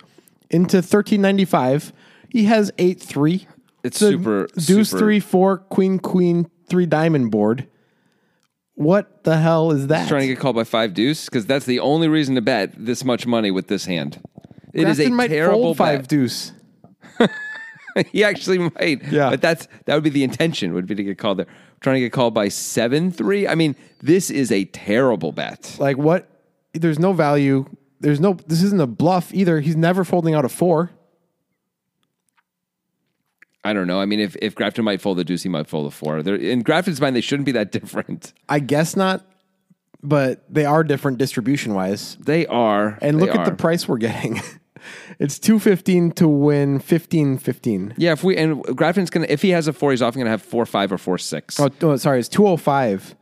B: into 1395. He has 8 3.
A: It's super-
B: Deuce
A: super-
B: 3 4, Queen Queen 3 diamond board. What the hell is that?
A: Trying to get called by five deuce because that's the only reason to bet this much money with this hand. It is
B: Grafton
A: a
B: might
A: terrible
B: fold 5
A: bet.
B: deuce.
A: he actually might.
B: Yeah.
A: But that's that would be the intention would be to get called there. Trying to get called by seven three. I mean, this is a terrible bet.
B: Like what? There's no value. There's no. This isn't a bluff either. He's never folding out a 4.
A: I don't know. I mean, if if Grafton might fold the deuce, he might fold a four. They're, in Grafton's mind, they shouldn't be that different.
B: I guess not, but they are different distribution wise.
A: They are.
B: And
A: They
B: look at the
A: are.
B: price we're getting. it's 215 to win 1515.
A: yeah. If we and Grafton's gonna if he has a four, he's often gonna have four five or four six.
B: Oh, no, sorry, it's 205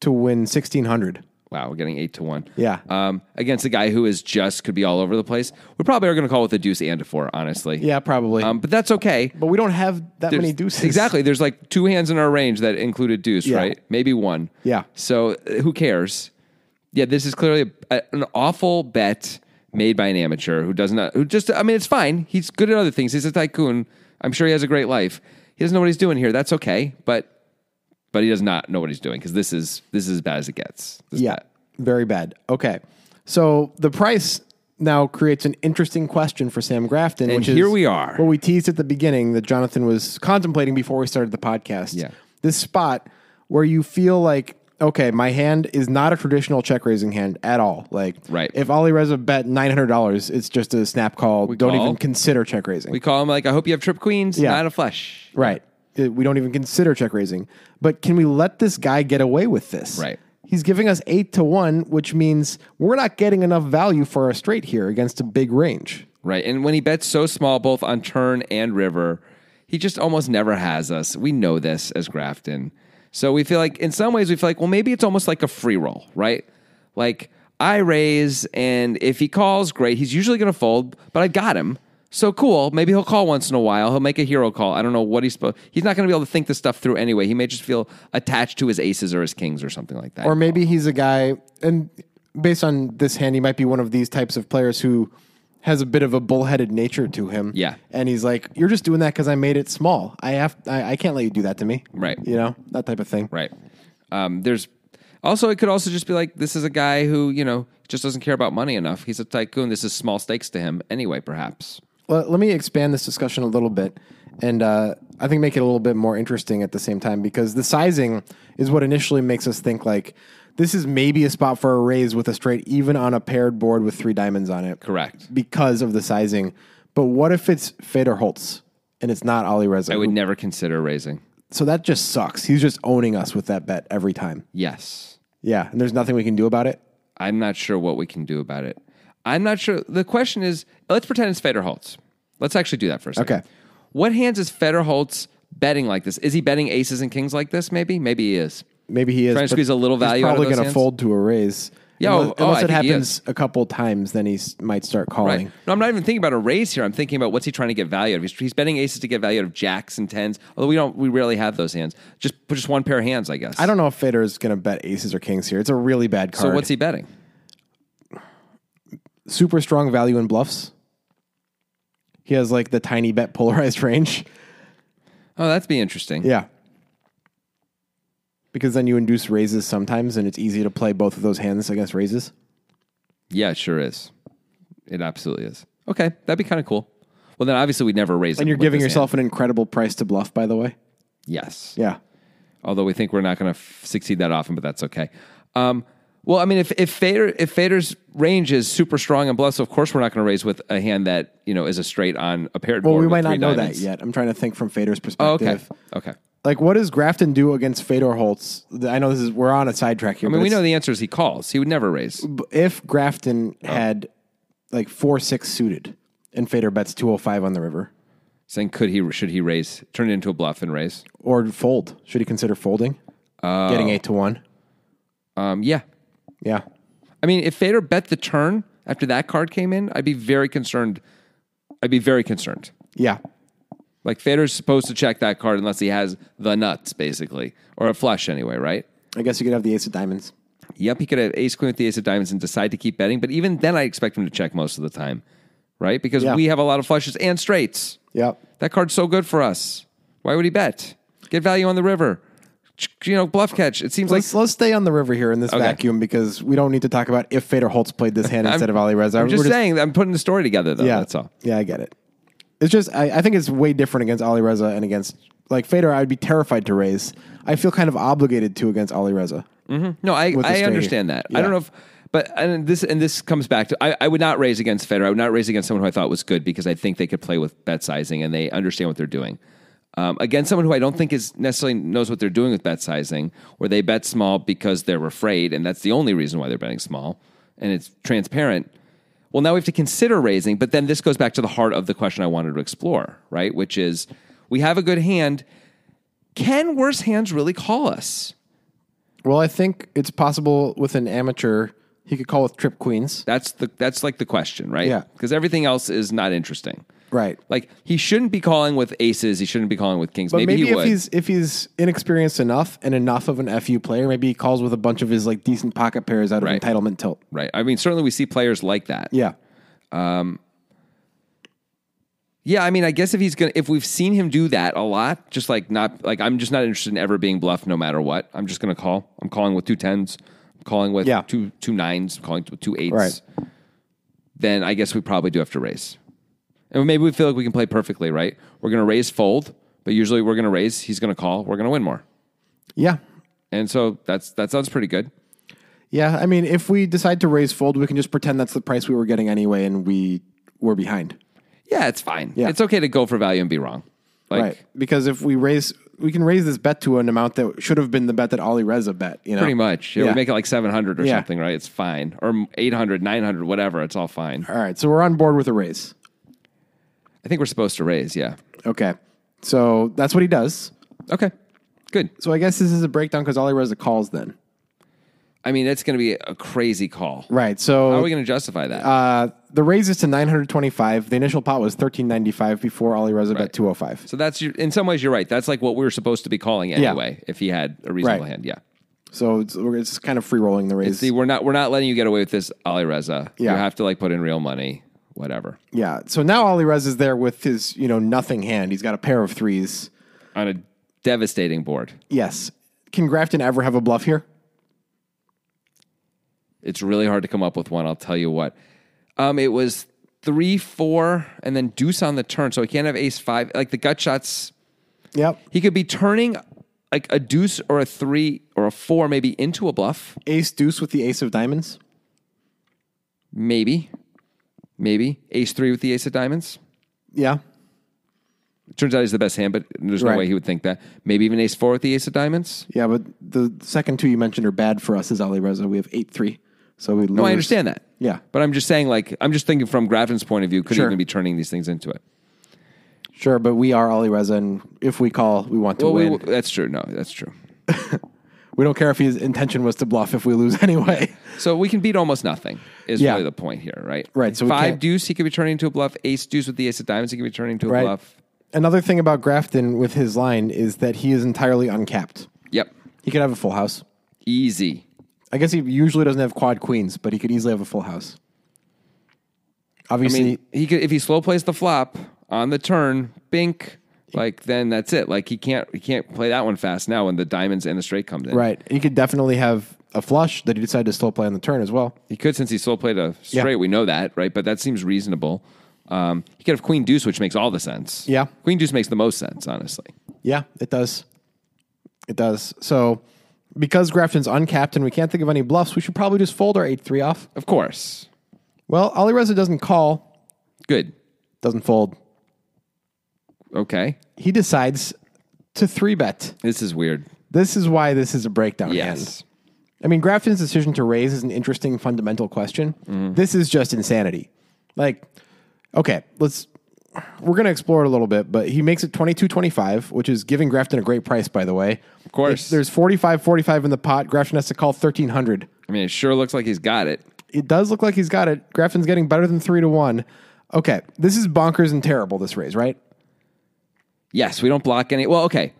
B: to win 1600.
A: Wow, we're getting eight to one.
B: Yeah.
A: Um, against a guy who is just could be all over the place. We probably are gonna call with a deuce and a four. Honestly.
B: Yeah, probably.
A: Um, but that's okay.
B: but we don't have that many
A: There's-
B: deuces.
A: Exactly. There's like two hands in our range that included deuce,
B: Yeah.
A: right? Maybe one.
B: Yeah.
A: So uh, who cares? Yeah, this is clearly a, a- an awful bet made by an amateur who does not, who just, I mean, it's fine. He's good at other things. He's a tycoon. I'm sure he has a great life. He doesn't know what he's doing here. That's okay. But, but he does not know what he's doing because this is, this is as bad as it gets. This
B: Yeah,
A: bet.
B: very bad. Okay. So the price now creates an interesting question for Sam Grafton. which
A: here
B: is
A: we are.
B: What we teased at the beginning that Jonathan was contemplating before we started the podcast.
A: Yeah.
B: This spot where you feel like, okay, my hand is not a traditional check raising hand at all. Like,
A: Right.
B: if Ali Reza bet $900, it's just a snap call. Don't
A: call.
B: even consider check raising.
A: We call him like, I hope you have trip queens,
B: Yeah.
A: not a flush.
B: Right. Uh, We don't even consider check raising. But can we let this guy get away with this?
A: Right.
B: He's giving us eight to one, which means we're not getting enough value for our straight here against a big range.
A: Right. And when he bets so small, both on turn and river, he just almost never has us. We know this as Grafton. So we feel like, in some ways, we feel like, well, maybe it's almost like a free roll, right? Like, I raise, and if he calls, great. He's usually going to fold, but I got him. So cool. Maybe he'll call once in a while. He'll make a hero call. I don't know what he's supposed. He's not going to be able to think this stuff through anyway. He may just feel attached to his aces or his kings or something like that.
B: Or maybe he's a guy, and based on this hand, he might be one of these types of players who has a bit of a bullheaded nature to him.
A: Yeah.
B: and he's like, "You're just doing that because I made it small. I have, I, I can't let you do that to me."
A: Right.
B: You know that type of thing.
A: Right. Um, there's also it could also just be like this is a guy who you know just doesn't care about money enough. He's a tycoon. This is small stakes to him anyway. Perhaps.
B: Let, let me expand this discussion a little bit, and uh, I think make it a little bit more interesting at the same time because the sizing is what initially makes us think like this is maybe a spot for a raise with a straight, even on a paired board with three diamonds on it.
A: Correct.
B: because of the sizing. But what if it's Fader Holtz and it's not Ali Reza?
A: I would never consider raising.
B: so that just sucks. He's just owning us with that bet every time.
A: Yes.
B: Yeah, and there's nothing we can do about it.
A: I'm not sure what we can do about it. I'm not sure. The question is, let's pretend it's Federholz. Let's actually do that for a second.
B: Okay.
A: What hands is Federholz betting like this? Is he betting aces and kings like this? Maybe. Maybe he is.
B: Maybe he is
A: Trying to
B: but
A: squeeze a little value
B: He's
A: out of
B: probably
A: those
B: gonna
A: hands?
B: fold to a raise.
A: Yeah,
B: unless,
A: oh, oh,
B: unless
A: I
B: it
A: think he
B: happens a couple times, then he s- might start calling.
A: Right. No, I'm not even thinking about a raise here. I'm thinking about what's he trying to get value out of. He's, he's betting aces to get value out of jacks and tens. Although we don't, we rarely have those hands. Just just one pair of hands, I guess.
B: I don't know if Fader is going to bet aces or kings here. It's a really bad
A: So
B: card.
A: what's he betting?
B: super strong value in bluffs? He has like the tiny bet polarized range.
A: Oh, that's be interesting.
B: Yeah. Because then you induce raises sometimes, and it's easy to play both of those hands against raises.
A: Yeah, it sure is. It absolutely is. Okay, that'd be kind of cool. Well, then obviously we'd never raise.
B: And you're giving yourself an incredible price to bluff, by the way.
A: Yes.
B: Yeah.
A: although we think we're not going to f- succeed that often, but that's okay. Um, well, I mean, if if Fader if Fader's range is super strong and bluffs, of course we're not going to raise with a hand that you know is a straight on a paired.
B: Well,
A: board
B: we
A: with
B: might
A: three
B: not know
A: diamonds.
B: that yet. I'm trying to think from Fader's
A: Oh, okay,
B: perspective.
A: okay.
B: Like, what does Grafton do against Fader Holtz? The- I know this is we're on a sidetrack here.
A: I mean,
B: but
A: we know
B: it's-
A: the answer is he calls. He would never raise.
B: if Grafton
A: Oh.
B: had like four six suited, and Fader bets 205 on the river
A: Saying could he should he raise? Turn it into a bluff and raise.
B: or fold, should he consider folding?
A: Oh.
B: Getting eight to one.
A: Um, yeah.
B: Yeah.
A: I mean, if Fader bet the turn after that card came in, I'd be very concerned. I'd be very concerned.
B: Yeah.
A: Like Fader's supposed to check that card unless he has the nuts, basically, or a flush anyway, right?
B: I guess you could have the ace of diamonds.
A: Yep, he could have ace queen with the ace of diamonds and decide to keep betting, but even then I expect him to check most of the time, right? Because
B: Yeah.
A: we have a lot of flushes and straights.
B: Yep.
A: That card's so good for us. Why would he bet? Get value on the river. Ch- You know, bluff catch. It seems like
B: let's let's stay on the river here in this vacuum because we don't need to talk about if Fader Holtz played this hand instead of Ali Reza.
A: I'm just, saying that I'm putting the story together though.
B: yeah,
A: That's all.
B: Yeah, I get it. It's just I, I think it's way different against Ali Reza and against like Fader. I'd be terrified to raise. I feel kind of obligated to against Ali Reza.
A: Mm-hmm. No, I,
B: the
A: I
B: straight.
A: understand that. I
B: Yeah.
A: don't know if, but and this and this comes back to I, I would not raise against Federer. I would not raise against someone who I thought was good because I think they could play with bet sizing and they understand what they're doing. Um, against someone who I don't think is necessarily knows what they're doing with bet sizing, or they bet small because they're afraid, and that's the only reason why they're betting small, and it's transparent. Well, now we have to consider raising, but then this goes back to the heart of the question I wanted to explore, right? Which is, we have a good hand. Can worse hands really call us?
B: Well, I think it's possible with an amateur he could call with trip queens.
A: That's the that's like the question, right?
B: Yeah.
A: Because everything else is not interesting.
B: Right.
A: Like he shouldn't be calling with aces. He shouldn't be calling with kings.
B: But maybe,
A: he
B: if
A: would.
B: he's if he's inexperienced enough and enough of an FU player, maybe he calls with a bunch of his like decent pocket pairs out of
A: Right.
B: entitlement tilt.
A: right. I mean, certainly we see players like that.
B: Yeah.
A: Yeah, I mean, I guess if he's gonna, if we've seen him do that a lot, just like not, like I'm just not interested in ever being bluffed, no matter what. I'm just gonna call. I'm calling with two tens. I'm calling with
B: Yeah.
A: two two nines. I'm calling with two eights.
B: Right.
A: Then I guess we probably do have to raise, and maybe we feel like we can play perfectly, right? We're gonna raise fold, but usually we're gonna raise. He's gonna call. We're gonna win more,
B: Yeah.
A: and so that's that sounds pretty good.
B: Yeah, I mean, if we decide to raise fold, we can just pretend that's the price we were getting anyway, and we were behind,
A: Yeah, it's fine.
B: Yeah.
A: It's okay to go for value and be wrong. Like
B: right? Because if we raise we can raise this bet to an amount that should have been the bet that Ali Reza bet. You know,
A: Pretty much. Yeah,
B: Yeah.
A: We make it like 700 or
B: Yeah.
A: something, right? It's fine. Or 800, 900, whatever. It's all fine.
B: All right, so we're on board with a raise.
A: I think we're supposed to raise. Yeah.
B: Okay, so that's what he does.
A: Okay. Good.
B: So I guess this is a breakdown because Ali Reza calls then.
A: I mean, that's going to be a crazy call.
B: Right.
A: How
B: So
A: are we going to justify that?
B: uh, the raise is to 925. The initial pot was 1395 before Ali Reza bet 205.
A: so that's your, in some ways you're right. That's like what we were supposed to be calling anyway. If he had a reasonable
B: Right.
A: hand, yeah.
B: So it's, we're- it's kind of free rolling the raise.
A: See, we're not we're not letting you get away with this, Ali Reza.
B: Yeah.
A: You have to like put in real money, whatever,
B: yeah. So now Ali Reza is there with his you know nothing hand. He's got a pair of threes.
A: on a devastating board.
B: Yes. Can Grafton ever have a bluff here?
A: It's really hard to come up with one. I'll tell you what. Um, it was three, four, and then deuce on the turn, so he can't have ace five. Like the gut shots,
B: Yep.
A: he could be turning like a deuce or a three or a four, maybe into a bluff.
B: Ace deuce with the ace of diamonds.
A: Maybe. Maybe. Ace three with the ace of diamonds.
B: Yeah.
A: It turns out he's the best hand, but there's no
B: Right.
A: way he would think that. Maybe even ace four with the ace of diamonds.
B: Yeah, but the second two you mentioned are bad for us as Ali Reza. We have 8 3. So we lose.
A: No, I understand that.
B: Yeah.
A: But I'm just saying, like, I'm just thinking from Grafton's point of view, could he
B: Sure.
A: even be turning these things into it?
B: Sure, but we are Ali Reza, and if we call, we want to
A: Well,
B: win.
A: we, that's true. No, that's true.
B: We don't care if his intention was to bluff if we lose anyway.
A: So we can beat almost nothing, is
B: Yeah.
A: really the point here, right?
B: Right, so we
A: Five
B: can't-
A: deuce, he could be turning into a bluff. Ace deuce with the ace of diamonds, he could be turning into a
B: Right.
A: bluff.
B: Another thing about Grafton with his line is that he is entirely uncapped.
A: Yep.
B: He could have a full house.
A: Easy.
B: I guess he usually doesn't have quad queens, but he could easily have a full house.
A: I
B: Obviously,
A: mean, he could if he slow plays the flop on the turn, bink, like then that's it. Like he can't he can't play that one fast now when the diamonds and the straight comes in.
B: right. He could definitely have a flush that he decided to slow play on the turn as well.
A: He could since he slow played a
B: Yeah.
A: straight. We know that, right? But that seems reasonable. Um, he could have queen deuce, which makes all the sense.
B: Yeah.
A: queen deuce makes the most sense, honestly.
B: Yeah, it does. It does. So, because Grafton's uncapped and we can't think of any bluffs, we should probably just fold our 8 3 off.
A: Of course,
B: Well, Ali Reza doesn't call,
A: good.
B: doesn't fold.
A: Okay,
B: He decides to 3 bet.
A: this is weird.
B: This is why this is a breakdown hand.
A: Yes,
B: I mean, Grafton's decision to raise is an interesting fundamental question. This is just insanity. Like, okay, let's. We're going to explore it a little bit, but he makes it 22.25, which is giving Grafton a great price, by the way. Of
A: course.
B: there's 45.45 in the pot. Grafton has to call 1,300.
A: I mean it sure looks like he's got it.
B: It does look like he's got it. Grafton's getting better than 3 to 1. Okay, this is bonkers and terrible, this raise, right?
A: Yes, we don't block any. Well, okay.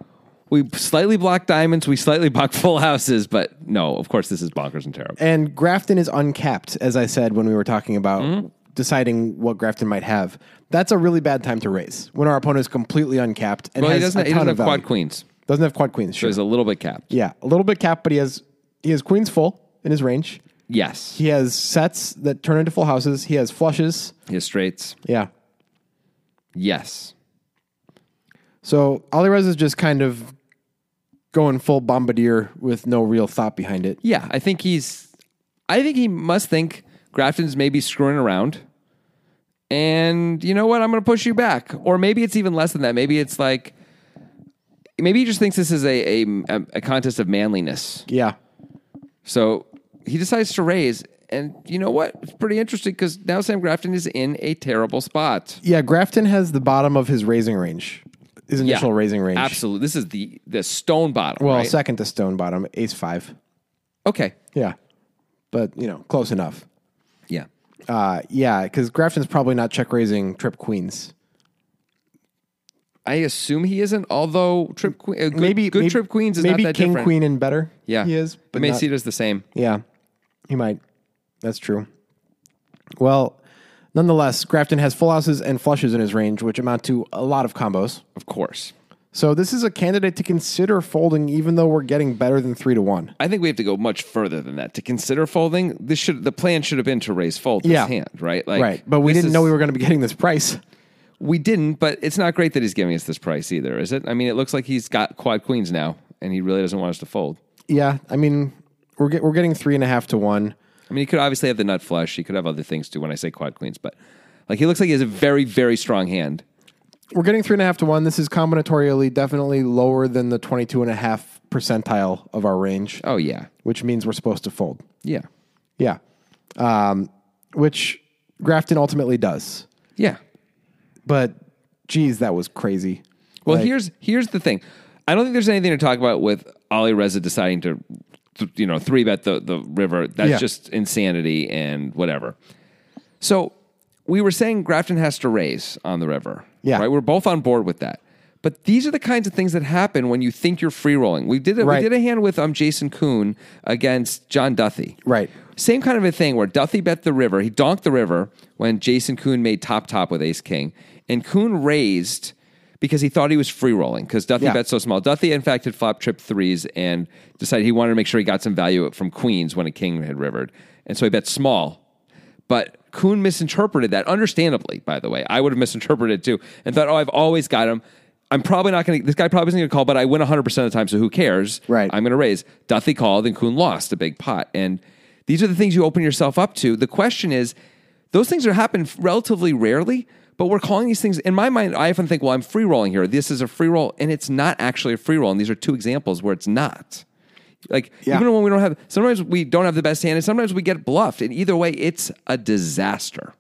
A: We slightly block diamonds. We slightly block full houses, but no, of course, this is bonkers and terrible.
B: And Grafton is uncapped, as I said when we were talking about
A: Mm-hmm.
B: deciding what Grafton might have. That's a really bad time to raise when our opponent is completely uncapped and
A: Well, he
B: has
A: doesn't,
B: a
A: he
B: ton
A: doesn't
B: of
A: have
B: value.
A: quad queens.
B: Doesn't have quad queens. Sure.
A: There's a little bit capped.
B: yeah, a little bit capped, but he has he has queens full in his range.
A: Yes.
B: He has sets that turn into full houses. He has flushes.
A: He has straights.
B: Yeah.
A: Yes.
B: So Alirez is just kind of going full bombardier with no real thought behind it.
A: Yeah, I think he's. I think he must think Grafton's maybe screwing around. And you know what? I'm going to push you back. Or maybe it's even less than that. Maybe it's like. Maybe he just thinks this is a, a, a contest of manliness.
B: Yeah.
A: So he decides to raise. And you know what? It's pretty interesting because now Sam Grafton is in a terrible spot.
B: Yeah, Grafton has the bottom of his raising range. His initial raising range.
A: Absolutely. This is the, the stone bottom.
B: Well,
A: right?
B: second to stone bottom, ace five.
A: okay.
B: Yeah. But, you know, close enough.
A: Yeah.
B: Uh, yeah, because Grafton's probably not check raising trip queens.
A: I assume he isn't, although trip queen, uh, good,
B: Maybe
A: good
B: maybe,
A: trip queens is
B: maybe
A: not that
B: king
A: different.
B: queen and better.
A: Yeah,
B: he is. But not-
A: Macedo's the same.
B: yeah, he might. That's true. Well, nonetheless, Grafton has full houses and flushes in his range, which amount to a lot of combos.
A: Of course.
B: So this is a candidate to consider folding, even though we're getting better than three to one.
A: I think we have to go much further than that to consider folding. This should the plan should have been to raise fold this
B: Yeah.
A: hand, right? Like,
B: right, but we
A: this
B: didn't
A: is-
B: know we were going to be getting this price.
A: we didn't. But it's not great that he's giving us this price either, is it? I mean, it looks like he's got quad queens now, and he really doesn't want us to fold.
B: Yeah, I mean, we're get, we're getting three and a half to one.
A: I mean, he could obviously have the nut flush. He could have other things too. When I say quad queens, but like he looks like he has a very very strong hand.
B: we're getting three and a half to one. This is combinatorially definitely lower than the 22 and a half percentile of our range,
A: Oh yeah,
B: which means we're supposed to fold.
A: yeah,
B: Yeah. Um, which Grafton ultimately does.
A: yeah.
B: But geez, that was crazy.
A: Well,
B: Like-
A: here's here's the thing. I don't think there's anything to talk about with Ali Reza deciding to, th- you know, three bet the the river. That's
B: Yeah.
A: just insanity and whatever. So we were saying Grafton has to raise on the river.
B: Yeah.
A: right. We're both on board with that. But these are the kinds of things that happen when you think you're free rolling. We did a,
B: Right.
A: we did a hand with um Jason Kuhn against John Duthie.
B: Right.
A: Same kind of a thing where Duthie bet the river. He donked the river when Jason Kuhn made top top with Ace King. And Kuhn raised because he thought he was free rolling because Duthie
B: Yeah.
A: bet so small. Duthie, in fact, had flop trip threes and decided he wanted to make sure he got some value from Queens when a king had rivered. And so he bet small. But Kuhn misinterpreted that, understandably, by the way. I would have misinterpreted it too and thought, oh, I've always got him. I'm probably not going to, this guy probably isn't going to call, but I win 100% of the time, so who cares?
B: Right.
A: I'm going to raise. Duthie called and Kuhn lost a big pot. And these are the things you open yourself up to. The question is, those things are happen relatively rarely, but we're calling these things, in my mind, I often think, well, I'm free rolling here. This is a free roll, and it's not actually a free roll. And these are two examples where it's not. Like,
B: Yeah.
A: even when we don't have, sometimes we don't have the best hand, and sometimes we get bluffed. And either way, it's a disaster.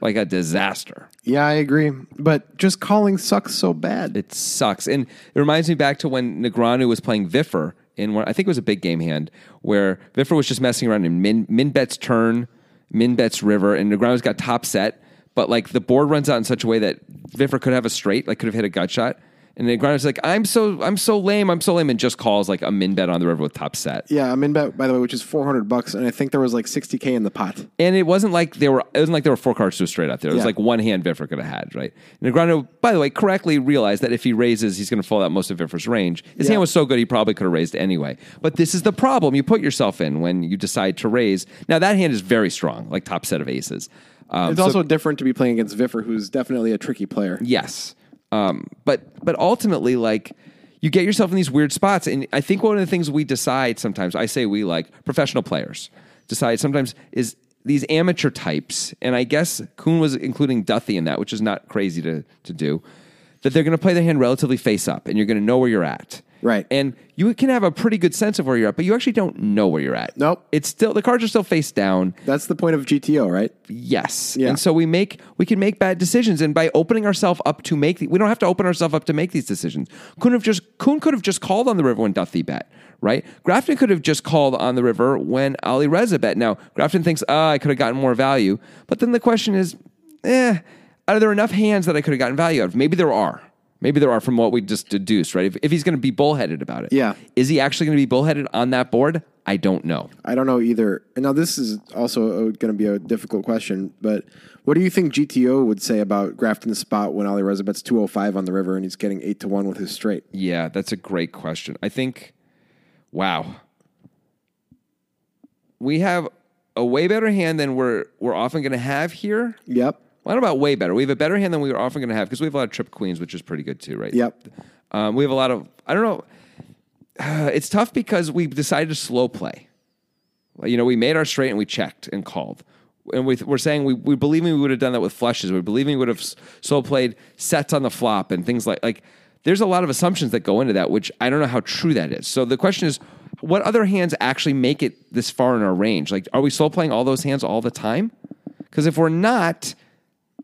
A: Like a disaster.
B: Yeah, I agree. But just calling sucks so bad.
A: It sucks. And it reminds me back to when Negranu was playing Viffer in one, I think it was a big game hand where Viffer was just messing around in min, min bet's turn, min bet's river, and Negranu's got top set. But like the board runs out in such a way that Viffer could have a straight, like could have hit a gut shot. And Negranu's like, I'm so, I'm so lame, I'm so lame, and just calls like a min bet on the river with top set.
B: yeah, I'm in bet by the way, which is 400 bucks, and I think there was like 60k in the pot.
A: And it wasn't like there were it wasn't like there were four cards to a straight out there. It was
B: Yeah.
A: like one hand Viffer could have had, right? Negrano, by the way, correctly realized that if he raises, he's going to fall out most of Viffer's range. His
B: Yeah.
A: hand was so good he probably could have raised anyway. But this is the problem you put yourself in when you decide to raise. Now that hand is very strong, like top set of aces. Um,
B: It's also different to be playing against Viffer, who's definitely a tricky player.
A: Yes. Um, but but ultimately, like you get yourself in these weird spots, and I think one of the things we decide sometimes, I say we like professional players decide sometimes is these amateur types, and I guess Kuhn was including Duthie in that, which is not crazy to to do. That they're going to play their hand relatively face up, and you're going to know where you're at.
B: Right.
A: And you can have a pretty good sense of where you're at, but you actually don't know where you're at.
B: Nope.
A: It's still the cards are still face down
B: That's the point of GTO, right?
A: yes
B: Yeah.
A: and so we make we can make bad decisions and by opening ourselves up to make the, we don't have to open ourselves up to make these decisions could have just Kuhn could have just called on the river when Duthie bet right Grafton could have just called on the river when Ali Reza bet now Grafton thinks ah I could have gotten more value but then the question is eh are there enough hands that I could have gotten value out of maybe there are maybe there are from what we just deduced right if, if he's going to be bullheaded about it
B: Yeah.
A: is he actually going to be bullheaded on that board I don't know
B: I don't know either. And now this is also going to be a difficult question, but what do you think GTO would say about Grafton's spot when Ali Reza bets 205 on the river and he's getting 8 to 1 with his straight?
A: Yeah, that's a great question. I think, wow, we have a way better hand than we're we're often going to have here.
B: Yep.
A: Well, not about way better. We have a better hand than we were often going to have because we have a lot of trip queens, which is pretty good too, right?
B: Yep.
A: Um, we have a lot of. I don't know. Uh, it's tough because we decided to slow play. Like, You know, we made our straight and we checked and called. And we, we're saying we, we believe we would have done that with flushes. We believe we would have s- slow played sets on the flop and things like like. There's a lot of assumptions that go into that, which I don't know how true that is. So the question is, what other hands actually make it this far in our range? Like, are we slow playing all those hands all the time? Because if we're not,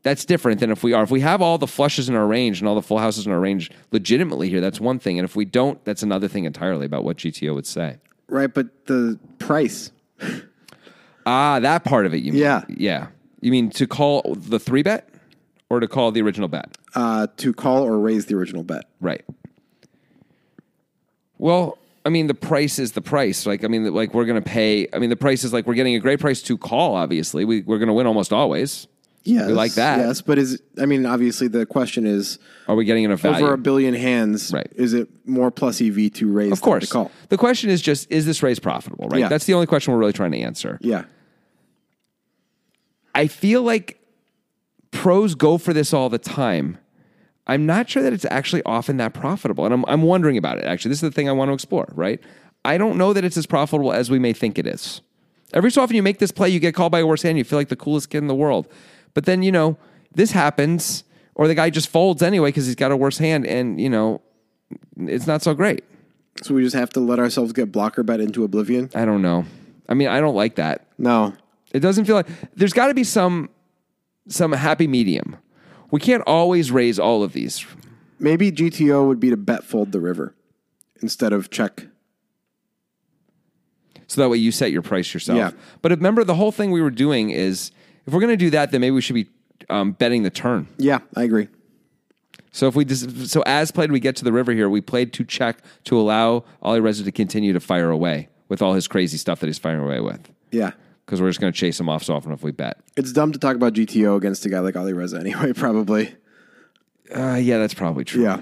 A: that's different than if we are. If we have all the flushes in our range and all the full houses in our range legitimately here, that's one thing. And if we don't, that's another thing entirely about what GTO would say.
B: Right, but the price.
A: Ah, that part of it, you mean?
B: Yeah.
A: Yeah. You mean to call the three bet or to call the original bet?
B: uh, to call or raise the original bet.
A: Right. Well, I mean, the price is the price. Like, I mean, like we're going to pay. I mean, the price is like we're getting a great price to call, obviously. We, we're going to win almost always.
B: Yes,
A: We like that.
B: Yes, but is I mean, obviously, the question is
A: Are we getting enough value?
B: over a billion hands.
A: Right.
B: Is it more plus EV to raise?
A: of course.
B: to call.
A: The question is just, is this raise profitable, right?
B: Yeah.
A: That's the only question we're really trying to answer.
B: Yeah.
A: I feel like pros go for this all the time. I'm not sure that it's actually often that profitable. And I'm, I'm wondering about it, actually. This is the thing I want to explore, right? I don't know that it's as profitable as we may think it is. Every so often you make this play, you get called by a worse hand, you feel like the coolest kid in the world. But then, you know, this happens, or the guy just folds anyway because he's got a worse hand, and you know, it's not so great.
B: So we just have to let ourselves get blocker bet into oblivion?
A: I don't know. I mean, I don't like that.
B: No.
A: It doesn't feel like there's got to be some some happy medium. We can't always raise all of these.
B: Maybe GTO would be to bet fold the river instead of check.
A: So that way you set your price yourself.
B: Yeah.
A: But remember, the whole thing we were doing is if we're going to do that, then maybe we should be um, betting the turn.
B: Yeah, I agree.
A: So if we dis- so as played, we get to the river here. We played to check to allow Ollie Reza to continue to fire away with all his crazy stuff that he's firing away with
B: Yeah.
A: because we're just going to chase him off so often if we bet.
B: It's dumb to talk about GTO against a guy like Ali Reza anyway, probably.
A: Uh, yeah, that's probably true.
B: Yeah.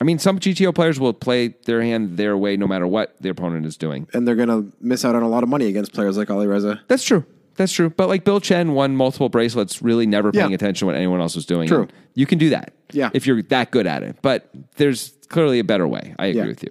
A: I mean, some GTO players will play their hand their way no matter what the opponent is doing.
B: And they're going to miss out on a lot of money against players like Ali Reza.
A: That's true. That's true. But like Bill Chen won multiple bracelets, really never paying
B: Yeah.
A: attention to what anyone else was doing.
B: True.
A: And You can do that.
B: Yeah.
A: If you're that good at it. But there's clearly a better way. I agree
B: Yeah.
A: with you.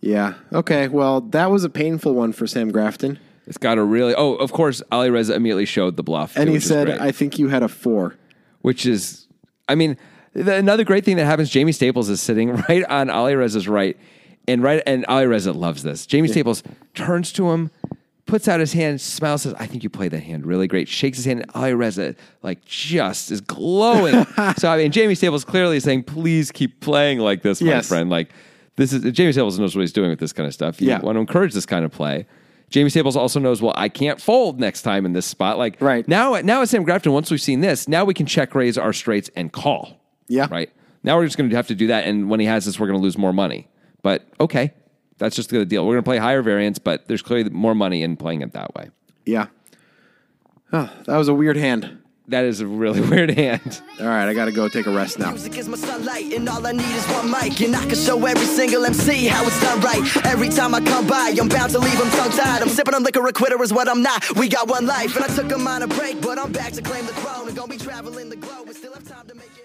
B: Yeah. Okay. Well, that was a painful one for Sam Grafton.
A: It's got to really. Oh, of course, Ali Reza immediately showed the bluff.
B: And
A: too,
B: he
A: which is
B: said,
A: great.
B: I think you had a four.
A: which is, I mean, the, another great thing that happens. Jamie Staples is sitting right on Ali Reza's right, and right, and Ali Reza loves this. Jamie Staples turns to him, puts out his hand, smiles, says, "I think you played that hand really great." Shakes his hand, and Ali Reza like just is glowing. so I mean, Jamie Staples clearly is saying, "Please keep playing like this, my
B: Yes.
A: friend." Like this is Jamie Staples knows what he's doing with this kind of stuff. You
B: Yeah.
A: want to encourage this kind of play. Jamie Staples also knows, well, I can't fold next time in this spot. Like
B: Right.
A: now, now at Sam Grafton, once we've seen this, now we can check raise our straights and call.
B: Yeah.
A: Right. Now we're just going to have to do that. And when he has this, we're going to lose more money. But okay, that's just the deal. We're going to play higher variance, but there's clearly more money in playing it that way.
B: Yeah. Huh, that was a weird hand.
A: That is a really weird hand.
B: All right. I got to go take a rest now.
C: Music is my sunlight, and all I need is one mic. And I can show every single MC how it's done right. Every time I come by, I'm bound to leave them tongue tied. I'm sipping on liquor, a quitter is what I'm not. We got one life, and I took a minor break, but I'm back to claim the throne. And gonna be traveling the globe, and still have time to make.